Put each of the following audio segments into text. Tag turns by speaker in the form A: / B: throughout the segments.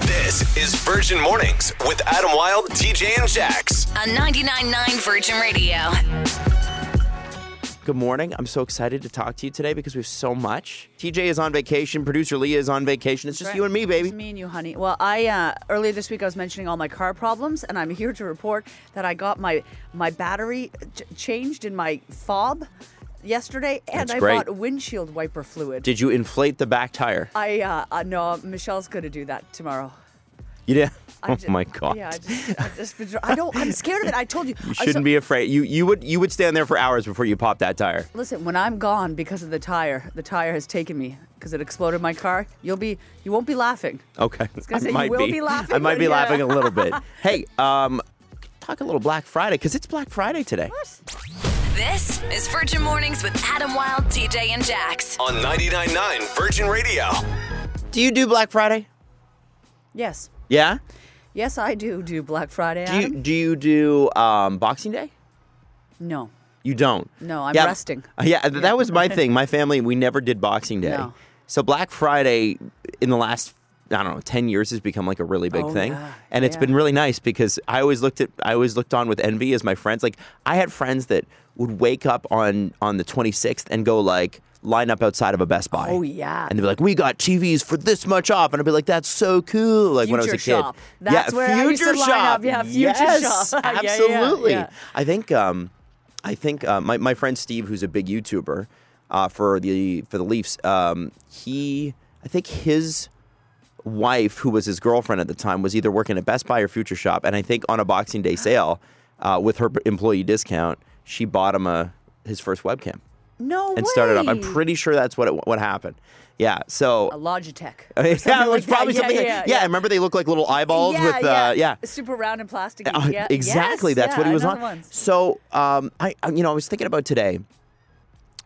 A: This is Virgin Mornings with Adam Wilde, TJ, and Jax.
B: on 99.9 Virgin Radio.
C: Good morning. I'm so excited to talk to you today because we have so much. TJ is on vacation. Producer Leah is on vacation. It's just you and me,
D: It's
C: baby.
D: me and you, honey. Well, I uh, earlier this week I was mentioning all my car problems, and I'm here to report that I got my my battery ch- changed in my fob yesterday, and
C: That's
D: I
C: great.
D: bought windshield wiper fluid.
C: Did you inflate the back tire?
D: I uh, uh, no, Michelle's gonna do that tomorrow.
C: You did.
D: I
C: Oh
D: ju-
C: my god.
D: Yeah, I just, I just been, I don't. I'm scared of it. I told you.
C: You shouldn't be afraid. You you would you would stand there for hours before you pop that tire.
D: Listen, when I'm gone because of the tire, the tire has taken me because it exploded my car. You'll be, you won't be laughing.
C: Okay.
D: gonna say,
C: I
D: you
C: might
D: will be laughing
C: I might
D: when
C: be
D: you-
C: laughing a little bit. Hey, um talk a little Black Friday cuz it's Black Friday today.
B: This is Virgin Mornings with Adam Wilde, TJ, and Jax.
A: On 99.9 Virgin Radio.
C: Do you do Black Friday?
D: Yes,
C: Yeah?
D: yes, I do do Black Friday.
C: Do you
D: Adam.
C: do you do um Boxing Day?
D: No.
C: You don't.
D: No, I'm resting.
C: Uh, Yeah, th- that was my thing. My family, we never did Boxing Day.
D: No.
C: So Black Friday in the last I don't know, 10 years has become like a really big
D: Oh,
C: thing.
D: yeah.
C: And it's
D: Yeah.
C: been really nice because I always looked at I always looked on with envy as my friends. Like I had friends that would wake up on on the 26th and go like line up outside of a Best Buy.
D: Oh, yeah.
C: And they'd be like, "We got TVs for this much off." And I'd be like, "That's so cool." Like when I was a
D: Future
C: kid.
D: shop. That's
C: yeah,
D: where I
C: future
D: used to
C: shop.
D: line up. Yeah, future
C: yes,
D: shop. Yeah, yeah, yeah,
C: Absolutely.
D: yeah.
C: I think um, I think uh, my my friend Steve, who's a big YouTuber uh, for the for the Leafs, um, he I think his wife, who was his girlfriend at the time, was either working at Best Buy or Future Shop, and I think on a Boxing Day sale uh, with her employee discount, she bought him a his first webcam
D: No
C: and started up. I'm
D: way.
C: pretty sure that's what it, what happened. Yeah, so.
D: a Logitech.
C: yeah, it was
D: like that.
C: probably
D: Yeah,
C: something. like-
D: yeah,
C: yeah,
D: yeah.
C: I remember they look like little eyeballs with, uh, yeah.
D: super round and plastic.
C: Uh,
D: yeah.
C: Exactly.
D: Yes,
C: That's
D: yeah,
C: what he
D: I
C: was
D: know
C: on.
D: the ones.
C: So, um, I, I- you know, I was thinking about today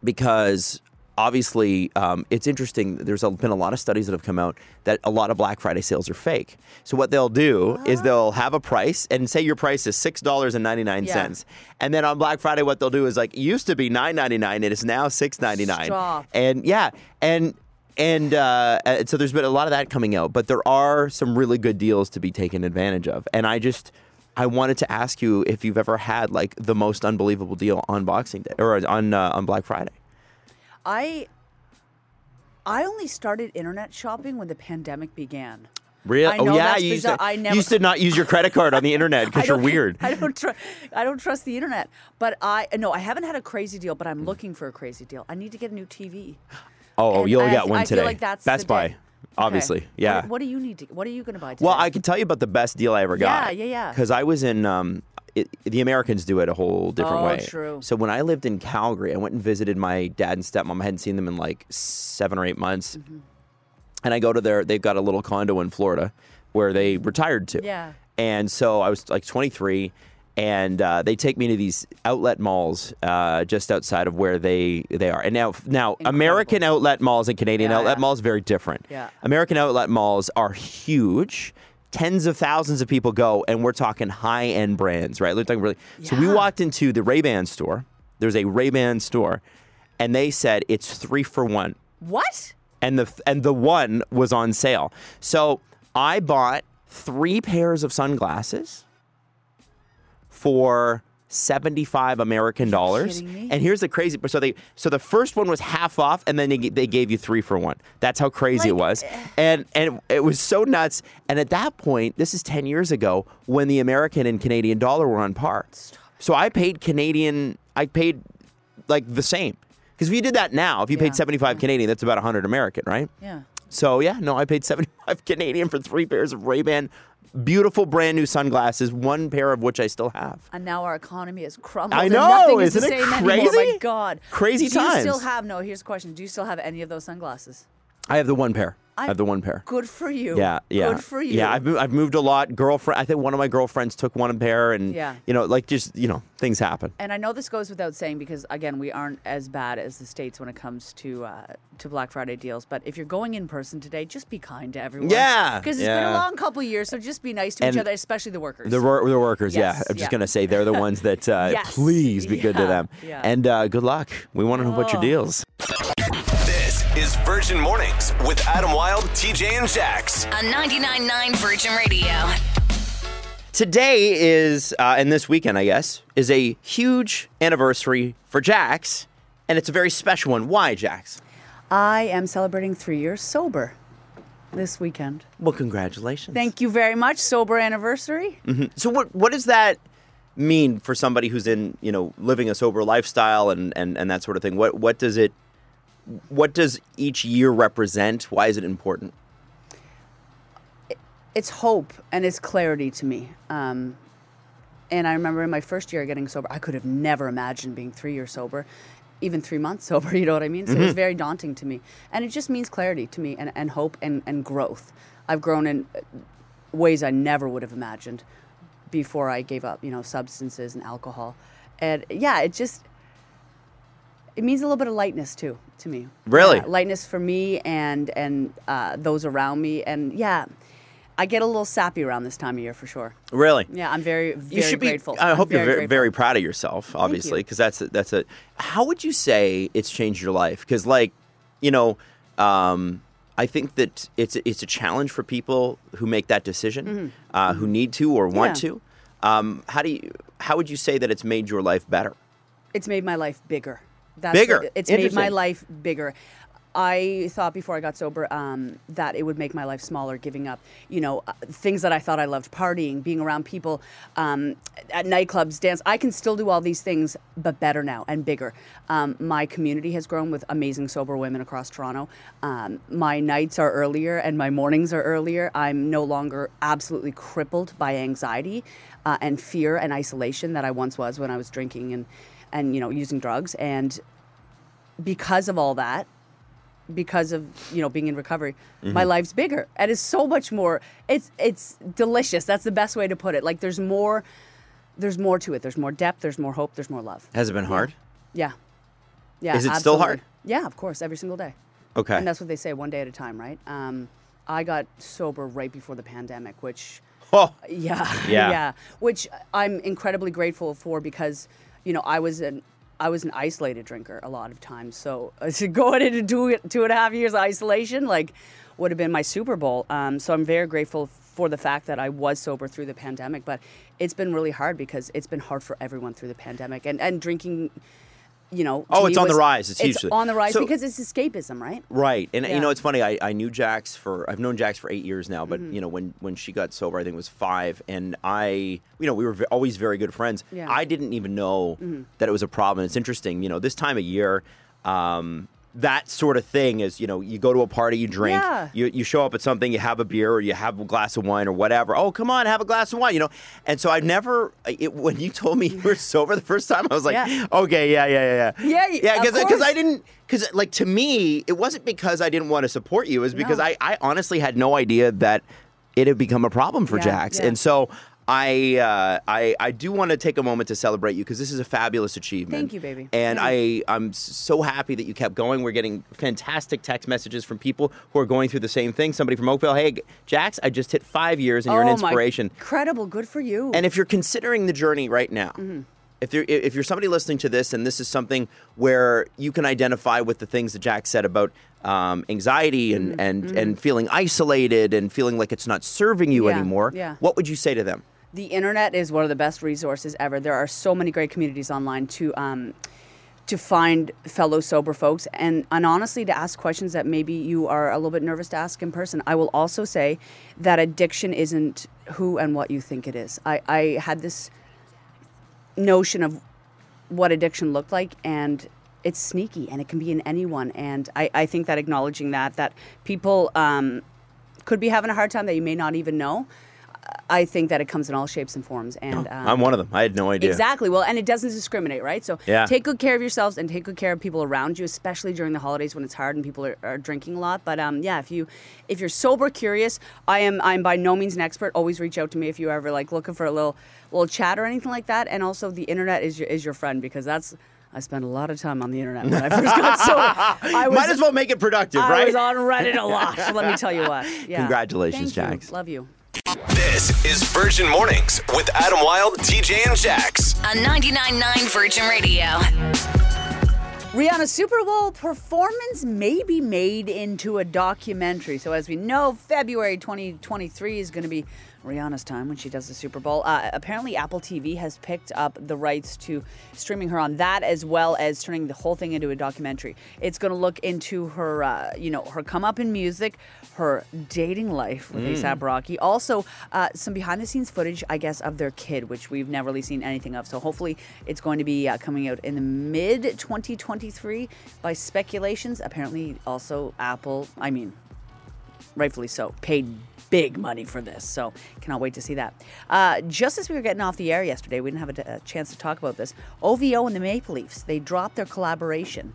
C: because obviously um, it's interesting. There's a, been a lot of studies that have come out that a lot of Black Friday sales are fake. So what they'll do
D: Oh.
C: is they'll have a price and say your price is six dollars and ninety nine cents, and then on Black Friday what they'll do is like it used to be nine ninety nine, it is now six ninety nine,
D: Stop.
C: and yeah, and. And uh, uh, so there's been a lot of that coming out, but there are some really good deals to be taken advantage of. And I just, I wanted to ask you if you've ever had like the most unbelievable deal on Boxing Day or on uh, on Black Friday.
D: I I only started internet shopping when the pandemic began.
C: Really?
D: I
C: oh
D: know
C: yeah,
D: that's
C: you used,
D: bizarre.
C: to,
D: I
C: you
D: never-
C: used to not use your credit card on the internet because
D: I
C: you're
D: don't-
C: weird.
D: I don't trust. I don't trust the internet. But I no, I haven't had a crazy deal. But I'm looking for a crazy deal. I need to get a new TV.
C: Mm. Oh,
D: And
C: you'll
D: I-
C: get one
D: I
C: today.
D: Feel like that's the
C: Best Buy,
D: day.
C: obviously.
D: Okay.
C: Yeah.
D: What, what do you need to? What are you going to buy today?
C: Well, I can tell you about the best deal I ever got.
D: Yeah, yeah, yeah.
C: Because I was in, um, it, the Americans do it a whole different
D: Oh,
C: way.
D: true.
C: So when I lived in Calgary, I went and visited my dad and stepmom. I hadn't seen them in like seven or eight months.
D: Mm-hmm.
C: And I go to their, they've got a little condo in Florida where they retired to.
D: Yeah.
C: And so I was like 23. And uh, they take me to these outlet malls uh, just outside of where they, they are. And now, now American outlet malls and Canadian
D: Yeah,
C: outlet
D: yeah.
C: malls very different.
D: Yeah.
C: American outlet malls are huge. Tens of thousands of people go, and we're talking high end brands, right? We're talking really. So we
D: Yeah.
C: walked into the Ray Ban store. There's a Ray Ban store, and they said it's three for one,
D: what?
C: and the and the one was on sale. So I bought three pairs of sunglasses for. 75 American dollars.
D: kidding me?
C: And here's the crazy so they so the first one was half off and then they, g- they gave you 3 for 1. That's how crazy it was.
D: eh.
C: And and it was so nuts and at that point this is 10 years ago when the American and Canadian dollar were on par. So I paid Canadian I paid like the same. Cuz if you did that now, if you
D: Yeah.
C: paid 75 Canadian, that's about 100 American, right?
D: Yeah.
C: So yeah, no, I paid 75 Canadian for 3 pairs of Ray-Ban beautiful brand new sunglasses, one pair of which I still have.
D: And now our economy is crumbling.
C: I know,
D: Nothing is
C: isn't
D: the
C: it
D: same Anymore.
C: crazy?
D: My God.
C: Crazy
D: Do you still
C: times.
D: have, no, here's a question. Do you still have any of those sunglasses?
C: I have the one pair. I,
D: I-
C: have the one pair.
D: Good for you.
C: Yeah, yeah.
D: Good for you.
C: Yeah, I've, mo- I've moved a lot. Girlfriend, I think one of my girlfriends took one pair, and
D: Yeah.
C: you know, like just you know, things happen.
D: and I know this goes without saying because, again, we aren't as bad as the States when it comes to uh, to Black Friday deals. But if you're going in person today, just be kind to everyone.
C: Yeah,
D: Because it's been
C: yeah.
D: a long couple of years, so just be nice to
C: And
D: each other, especially the workers.
C: The, wor- the workers, yeah.
D: Yes,
C: I'm just
D: yeah.
C: gonna say they're the ones that uh,
D: Yes,
C: please be good to
D: yeah,
C: them.
D: yeah.
C: And uh, good luck. We want to know what your
D: Oh.
C: deals.
A: This is Virgin. Virgin Mornings with Adam Wilde, TJ, and Jax.
B: on 99.9 Virgin Radio.
C: Today is, uh, and this weekend, I guess, is a huge anniversary for Jax, and it's a very special one. Why, Jax?
D: I am celebrating three years sober this weekend.
C: Well, congratulations.
D: Thank you very much. Sober anniversary.
C: So, what what does that mean for somebody who's in, you know, living a sober lifestyle and and, and that sort of thing? What what does it, what does each year represent? Why is it important?
D: It's hope and it's clarity to me. Um, and I remember in my first year getting sober, I could have never imagined being three years sober, even three months sober, you know what I mean? So it was very daunting to me. And it just means clarity to me and, and hope and, and growth. I've grown in uh, ways I never would have imagined before I gave up, you know, substances and alcohol. And yeah, it just, it means a little bit of lightness too to me.
C: Really?
D: Yeah, lightness for me and and uh, those around me, and yeah, I get a little sappy around this time of year for sure.
C: Really?
D: Yeah, I'm very very
C: you should
D: grateful.
C: be. I
D: I'm
C: hope you're very,
D: grateful.
C: very proud of yourself, obviously,
D: you.
C: because that's a, that's a. How would you say it's changed your life? Because like, you know, um, I think that it's it's a challenge for people who make that decision, uh, who need to or want
D: Mm-hmm. Yeah.
C: to. Um, how do you? How would you say that it's made your life better?
D: It's made my life bigger. That's
C: Bigger.
D: what- it's made my
C: Interesting.
D: life bigger. I thought before I got sober um, that it would make my life smaller, giving up, you know, uh, things that I thought I loved, partying, being around people um, at nightclubs, dance. I can still do all these things, but better now and bigger. Um, my community has grown with amazing sober women across Toronto. Um, my nights are earlier and my mornings are earlier. I'm no longer absolutely crippled by anxiety uh, and fear and isolation that I once was when I was drinking and, and you know, using drugs. And because of all that because of you know being in recovery my
C: Mm-hmm.
D: life's bigger and it's so much more it's it's delicious that's the best way to put it like there's more there's more to it there's more depth there's more hope there's more love
C: Has it been hard?
D: yeah yeah
C: Is it still
D: absolutely.
C: hard?
D: yeah of course every single day
C: Okay.
D: and that's what they say one day at a time right um, i got sober right before the pandemic which
C: oh,
D: yeah.
C: Yeah.
D: Which I'm incredibly grateful for because, you know, I was an I was an isolated drinker a lot of times. So uh, so going into two two and a half years of isolation, like, would have been my Super Bowl. Um, so I'm very grateful for the fact that I was sober through the pandemic. But it's been really hard because it's been hard for everyone through the pandemic and and drinking. You know. to
C: Oh,
D: me
C: it's on the
D: was-
C: rise. It's hugely-
D: on the rise
C: So-
D: because it's escapism, right?
C: Right, and you
D: Yeah.
C: know it's funny. I, I knew Jax for I've known Jax for eight years now,
D: Mm-hmm.
C: but you know when when she got sober, I think it was five, and I you know we were v- always very good friends.
D: Yeah. Mm-hmm.
C: I didn't even know that it was a problem. It's interesting, you know, this time of year, um, that sort of thing is you know you go to a party, you drink,
D: Yeah.
C: you you show up at something, you have a beer or you have a glass of wine or whatever. Oh come on, have a glass of wine, you know. And so I never I- it, when you told me you were sober the first time, I was like,
D: Yeah.
C: okay, yeah, yeah, yeah,
D: Yeah, y-
C: yeah,
D: of
C: because I
D: course.
C: didn't because like to me it wasn't because i didn't want to support you it was because
D: No.
C: I, I honestly had no idea that it had become a problem for
D: Yeah,
C: jax
D: yeah.
C: and so I, uh, I I do want to take a moment to celebrate you because this is a fabulous achievement.
D: Thank you, baby.
C: And I
D: Thank
C: I'm s- so happy that you kept going. We're getting fantastic text messages from people who are going through the same thing. Somebody from Oakville, hey, G- Jax, I just hit five years and you're an
D: Oh my-
C: inspiration.
D: Incredible. Good for you.
C: And if you're considering the journey right now,
D: Mm-hmm.
C: if you're if you're somebody listening to this, and this is something where you can identify with the things that Jack said about um, anxiety
D: Mm-hmm.
C: and and and feeling isolated and feeling like it's not serving you
D: Yeah,
C: anymore,
D: yeah.
C: what would you say to them?
D: the internet is one of the best resources ever. There are so many great communities online to um, to find fellow sober folks and, and honestly to ask questions that maybe you are a little bit nervous to ask in person. I will also say that addiction isn't who and what you think it is. I, I had this notion of what addiction looked like and it's sneaky and it can be in anyone and i, I think that acknowledging that that people um, could be having a hard time that you may not even know i think that it comes in all shapes and forms and um,
C: I'm one of them. I had no idea.
D: Exactly. Well, and it doesn't discriminate, right? So
C: Yeah.
D: take good care of yourselves and take good care of people around you, especially during the holidays when it's hard and people are, are drinking a lot. But um, yeah, if you if you're sober curious, I am I'm by no means an expert. Always reach out to me if you ever like looking for a little little chat or anything like that. And also the internet is your is your friend because that's I spent a lot of time on the internet when I first got sober. I was,
C: Might as well make it productive,
D: I
C: right?
D: was on Reddit a lot. Let me tell you what. Yeah.
C: Congratulations,
D: Thank you.
C: Jax.
D: Love you.
A: This is Virgin Mornings with Adam Wilde, TJ, and Jax.
B: On 99.9 Virgin Radio.
D: Rihanna's Super Bowl performance may be made into a documentary. So, as we know, February 2023 is going to be Rihanna's time when she does the Super Bowl. Uh, apparently, Apple TV has picked up the rights to streaming her on that, as well as turning the whole thing into a documentary. It's going to look into her, uh, you know, her come up in music, her dating life with ASAP Rocky, also uh, some behind the scenes footage, I guess, of their kid, which we've never really seen anything of. So hopefully, it's going to be uh, coming out in the mid 2023 by speculations. Apparently, also Apple. I mean, rightfully so, paid big money for this. So cannot wait to see that. Uh, just as we were getting off the air yesterday, we didn't have a, a chance to talk about this. OVO and the Maple Leafs, they dropped their collaboration.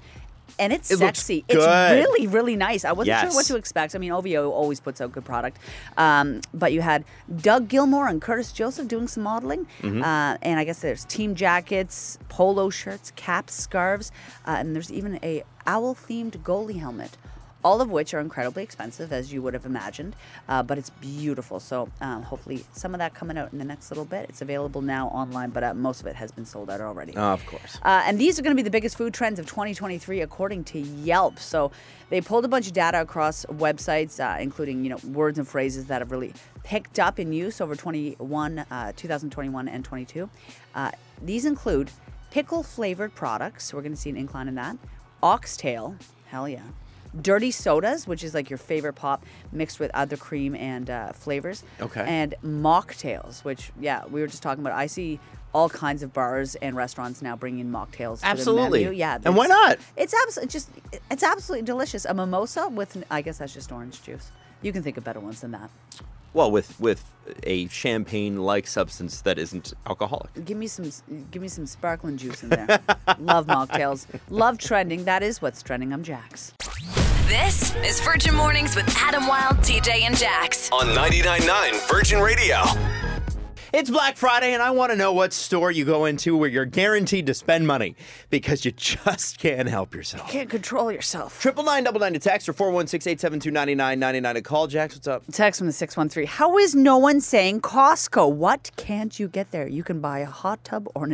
D: And it's
C: It looks
D: sexy. It's
C: good.
D: really, really nice. I wasn't sure what
C: Yes.
D: to expect. I mean, OVO always puts out good product. Um, but you had Doug Gilmore and Curtis Joseph doing some modeling.
C: Mm-hmm.
D: Uh, and I guess there's team jackets, polo shirts, caps, scarves, uh, and there's even a owl themed goalie helmet. All of which are incredibly expensive, as you would have imagined, uh, but it's beautiful. So um, hopefully, some of that coming out in the next little bit. It's available now online, but uh, most of it has been sold out already.
C: Ah, Of course.
D: Uh, and these are going to be the biggest food trends of 2023, according to Yelp. So they pulled a bunch of data across websites, uh, including you know words and phrases that have really picked up in use over 21, uh, 2021 and 22. Uh, these include pickle flavored products. So we're going to see an incline in that. Oxtail, hell yeah. Dirty sodas, which is like your favorite pop mixed with other cream and uh, flavors
C: Okay.
D: and mocktails, which yeah, we were just talking about. I see all kinds of bars and restaurants now bringing in mocktails. to the
C: Absolutely.
D: menu. yeah.
C: And why
D: it's-
C: not?
D: It's absolutely just it's absolutely delicious. A mimosa with I guess that's just orange juice. You can think of better ones than that.
C: Well, with with a champagne-like substance that isn't alcoholic.
D: Give me some give me some sparkling juice in there. Love mocktails. Love trending. That is what's trending. I'm Jax.
B: This is Virgin Mornings with Adam Wilde, TJ, and Jax.
A: on 99.9 Virgin Radio.
C: It's Black Friday, and I want to know what store you go into where you're guaranteed to spend money because you just can't help yourself.
D: Can't control yourself.
C: Triple nine double nine to text or four one six eight seven two ninety nine ninety nine to call. Jax, what's up?
D: Text from the 613. How is no one saying Costco? What can't you get there? You can buy a hot tub or an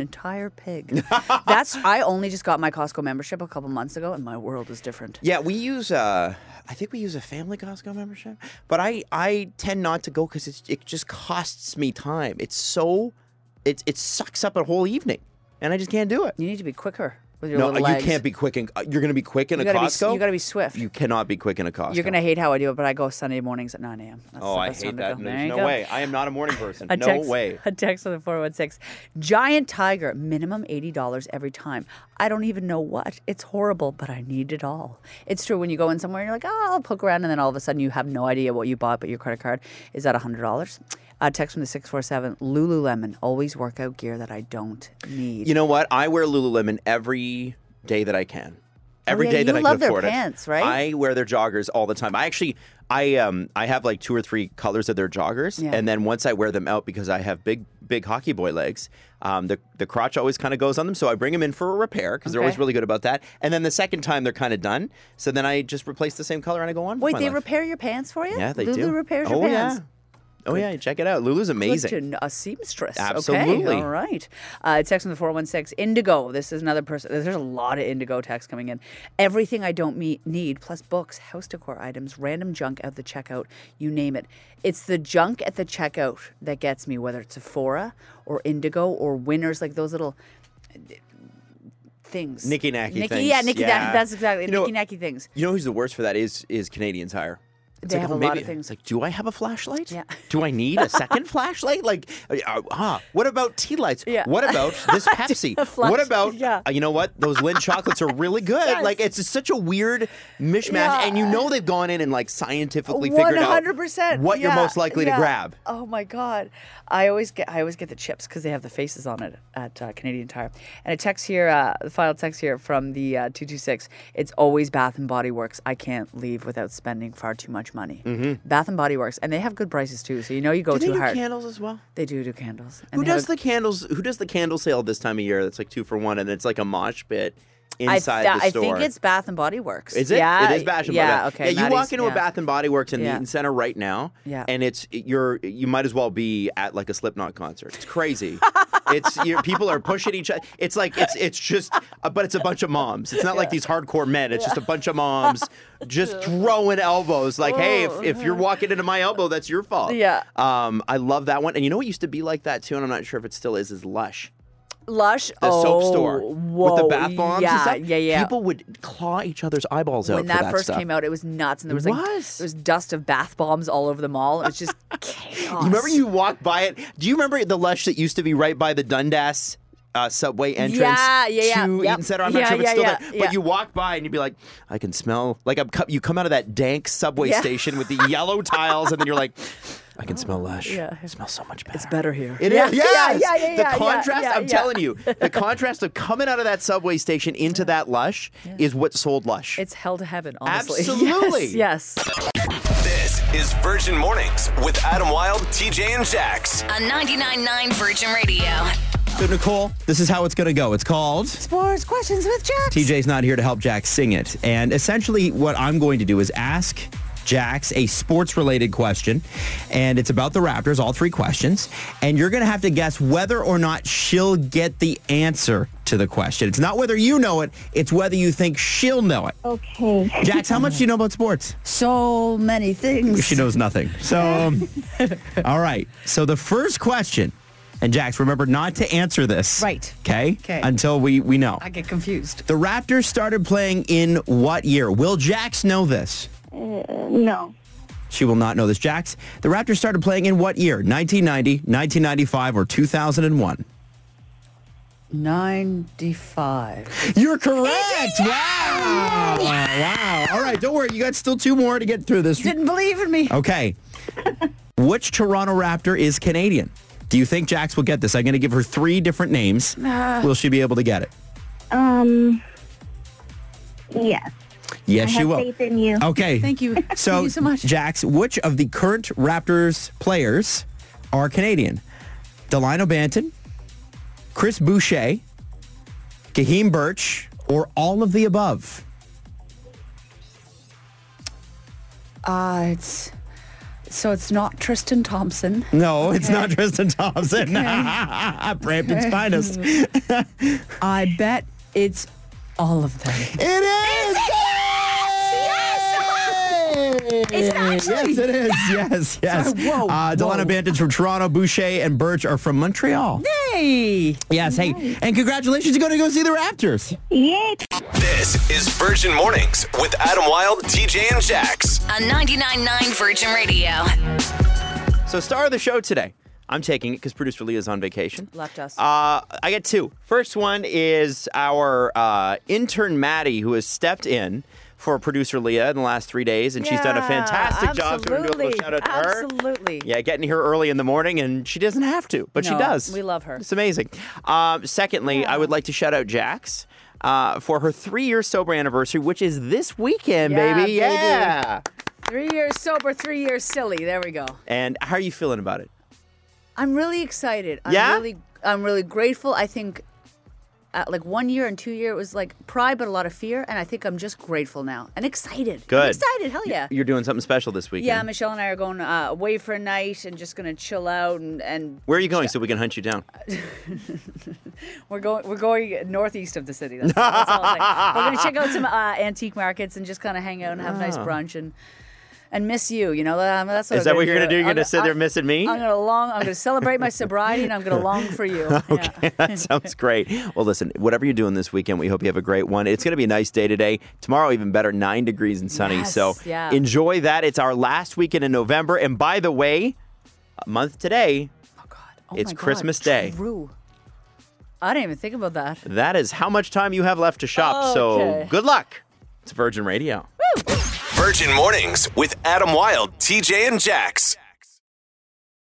D: entire pig. That's I only just got my Costco membership a couple months ago and my world is different.
C: Yeah, we use. Uh, I think we use a family Costco membership, but I I tend not to go because it just costs me time. It's so, it it sucks up a whole evening, and I just can't do it.
D: You need to be quicker with your
C: No,
D: little
C: you
D: legs.
C: can't be quick. In, uh, you're going to be quick in
D: You
C: a
D: gotta be-
C: Costco.
D: you gotta be swift.
C: You cannot be quick in a Costco.
D: You're going to hate how I do it, but I go Sunday mornings at 9 a.m. That's
C: Oh,
D: the
C: I
D: best time
C: hate
D: to
C: that.
D: go.
C: No,
D: There you
C: There's no
D: go.
C: way. I am not a morning person.
D: A
C: no
D: text,
C: way.
D: A text on the 416. Giant tiger, minimum $80 every time. I don't even know what. It's horrible, but I need it all. It's true when you go in somewhere and you're like, oh, I'll poke around. And then all of a sudden you have no idea what you bought, but your credit card is at $100. A text from the 647 Lululemon, always workout gear that I don't need.
C: You know what? I wear Lululemon every day that I can. Every
D: Oh, yeah,
C: day that
D: you
C: I
D: love
C: can
D: their
C: afford it.
D: pants, right?
C: I wear their joggers all the time. I actually, I um, I have like two or three colors of their joggers,
D: Yeah.
C: and then once I wear them out because I have big, big hockey boy legs, um, the the crotch always kind of goes on them. So I bring them in for a repair because they're
D: Okay.
C: always really good about that. And then the second time they're kind of done, so then I just replace the same color and I go on. with
D: Wait,
C: my
D: they
C: life.
D: repair your pants for you?
C: Yeah, they
D: Lulu
C: do.
D: repairs
C: oh
D: your pants.
C: yeah. Oh yeah, check it out. Lulu's amazing.
D: Good to kn- a seamstress.
C: Absolutely.
D: Okay, all right. Uh, text from the 416. Indigo. This is another person. There's a lot of indigo texts coming in. Everything I don't meet, need, plus books, house decor items, random junk at the checkout, you name it. It's the junk at the checkout that gets me, whether it's Sephora or Indigo or Winners, like those little uh, things.
C: Nicky Nacky
D: Nicky,
C: things.
D: Yeah, Nicky
C: Yeah.
D: Nacky. That's exactly.
C: You know-
D: Nicky Nacky things.
C: You know who's the worst for that is is Canadian Tire. It's
D: They have a lot of things.
C: It's like, do I have a flashlight?
D: Yeah.
C: Do I need a second flashlight? Like, uh, uh, ah, what about tea lights?
D: Yeah.
C: What about this Pepsi?
D: a flash-
C: what about,
D: yeah.
C: uh, you know what? Those Lind chocolates are really good. Like, it's just such a weird mishmash.
D: Yeah.
C: And you know they've gone in and, like, scientifically
D: One
C: figured
D: hundred
C: out
D: percent.
C: what you're most likely to grab.
D: Oh my god, I always get I always get the chips because they have the faces on it at uh, Canadian Tire. And a text here, uh, the final text here from the uh, two two six. It's always Bath and Body Works. I can't leave without spending far too much money. Bath and Body Works, and they have good prices too. So you know you go
C: Mm-hmm. Do they
D: too
C: do
D: hard.
C: candles as well?
D: They do do candles. And
C: Who
D: they have
C: does
D: a-
C: the candles? Who does the candle sale this time of year? That's like two for one, and it's like a mosh pit. inside
D: I, th-
C: the store.
D: I think it's Bath and Body Works.
C: Is it?
D: Yeah,
C: it is Bath and
D: yeah,
C: Body.
D: Okay.
C: Yeah, you walk
D: Maddie's-
C: into a
D: yeah.
C: Bath and Body Works in
D: Yeah.
C: Eaton Center right now,
D: Yeah.
C: and it's you're you might as well be at like a Slipknot concert. It's crazy. it's you're, people are pushing each other. It's like it's it's just, uh, but it's a bunch of moms. It's not like these hardcore men. It's just a bunch of moms just throwing elbows. Like, hey, if, if you're walking into my elbow, that's your fault.
D: Yeah.
C: Um, I love that one. And you know what used to be like that too, and I'm not sure if it still is. Is Lush
D: Lush.
C: the
D: oh,
C: soap store
D: whoa,
C: with the bath bombs
D: Yeah,
C: and stuff.
D: yeah, yeah.
C: People would claw each other's eyeballs out
D: when
C: for
D: that,
C: that
D: first
C: stuff.
D: came out, it was nuts, and there was
C: It
D: like
C: was.
D: there was dust of bath bombs all over the mall. It was just chaos.
C: You remember you walked by it? Do you remember the Lush that used to be right by the Dundas uh, subway entrance
D: Yeah, yeah, yeah,
C: to
D: yep.
C: Eaton Center? I'm not
D: Yeah,
C: sure if it's
D: yeah,
C: still
D: yeah,
C: there.
D: yeah.
C: But you walk by and you'd be like, I can smell. Like I'm, co- you come out of that dank subway
D: Yeah.
C: station with the yellow tiles, and then you're like, I can smell Lush. Yeah. It smells so much better. It's
D: better here.
C: It is.
D: Yeah,
C: Yes.
D: yeah, yeah, yeah,
C: The
D: yeah,
C: contrast,
D: yeah,
C: I'm
D: yeah.
C: telling you, the contrast of coming out of that subway station into that Lush is what sold Lush.
D: It's hell to heaven, honestly.
C: Absolutely.
D: Yes. yes.
A: This is Virgin Mornings with Adam Wilde, TJ, and Jax.
B: on 99.9 Virgin Radio.
C: So Nicole, this is how it's going to go. It's called
D: Sports questions with Jack.
C: TJ's not here to help Jack sing it. And essentially, what I'm going to do is ask Jax a sports related question. And it's about the Raptors, all three questions. And you're going to have to guess whether or not she'll get the answer to the question. It's not whether you know it, it's whether you think she'll know it.
E: Okay.
C: Jax, how much do you know about sports?
D: So many things.
F: She knows nothing. So, um, all right. So the first question, and Jax, remember not to answer this.
G: Right.
F: Okay.
G: 'Kay.
F: Until we we know.
G: I get confused.
F: The Raptors started playing in what year? Will Jax know this?
E: No.
F: She will not know this. Jax, the Raptors started playing in what year? 1990, 1995, or 2001?
G: 95.
F: You're correct. Wow. Wow. All right. Don't worry. You got still two more to get through this.
G: Didn't believe in me.
F: Okay. Which Toronto Raptor is Canadian? Do you think Jax will get this? I'm going to give her three different names.
E: Uh.
F: will she be able to get it?
E: Um. Yes.
F: Yes,
E: I
F: she
E: have
F: will.
E: faith in you.
F: Okay.
G: Thank you.
F: So,
G: Thank you so much.
F: Jax, which of the current Raptors players are Canadian? Delino Banton, Chris Boucher, Kaheem Birch, or all of the above?
G: Uh, it's so it's not Tristan Thompson.
F: No, it's not Tristan Thompson. Brampton's finest.
G: I bet it's all of them.
F: It is! Yes!
G: Is it actually?
F: Yes, it is. Yes, yes.
G: Sorry, whoa,
F: uh, Delano
G: whoa.
F: Banton's from Toronto. Boucher and Birch are from Montreal.
G: Hey.
F: Yes, hey. And congratulations, you're going to go see the Raptors.
E: Yay.
A: This is Virgin Mornings with Adam Wilde, TJ, and Jax.
B: On 99.9 Virgin Radio.
C: So, star of the show today. I'm taking it because producer Leah's on vacation.
D: Left us.
C: Uh, I get two. First one is our uh, intern Maddie, who has stepped in for producer Leah in the last three days, and she's done a
D: Yeah,
C: fantastic job. So we're gonna do a little
D: absolutely,
C: shout out to her.
D: absolutely.
C: Yeah, getting here early in the morning, and she doesn't have to, but she
D: No,
C: does.
D: we love her.
C: It's amazing. Um, secondly, I would like to shout out Jax. Uh, for her three-year sober anniversary, which is this weekend,
D: Yeah,
C: baby.
D: baby.
C: Yeah.
D: three years sober, three years silly. There we go.
C: And how are you feeling about it?
D: I'm really excited. I'm
C: Yeah?
D: really I'm really grateful. I think at like one year and two year it was like pride but a lot of fear and I think I'm just grateful now and excited. I'm
C: Good.
D: excited, hell yeah.
C: You're doing something special this weekend.
D: Yeah, Michelle and I are going uh, away for a night and just gonna chill out and, and
C: Where are you going so we can hunt you down?
D: we're going we're going northeast of the city. That's, that's all I'm saying. We're gonna check out some uh, antique markets and just kind of hang out and have a nice brunch and and miss you. You know that- that's what
C: Ah. Is
D: I'm
C: that what you're
D: do.
C: gonna do? You're
D: I'm
C: gonna sit there
D: I'm-
C: missing me?
D: I'm gonna long. I'm gonna celebrate my sobriety and I'm gonna long for you. okay.
C: that sounds great. Well, listen, whatever you're doing this weekend, we hope you have a great one. It's going to be a nice day today. Tomorrow, even better, nine degrees and sunny.
D: Yes,
C: so
D: yeah.
C: enjoy that. It's our last weekend in November. And by the way, a month today,
D: Oh
C: It's
D: my God,
C: Christmas Day.
D: True. I didn't even think about that.
C: that is how much time you have left to shop.
D: Okay.
C: So good luck. It's Virgin Radio.
A: Virgin Mornings with Adam Wilde, TJ, and Jax.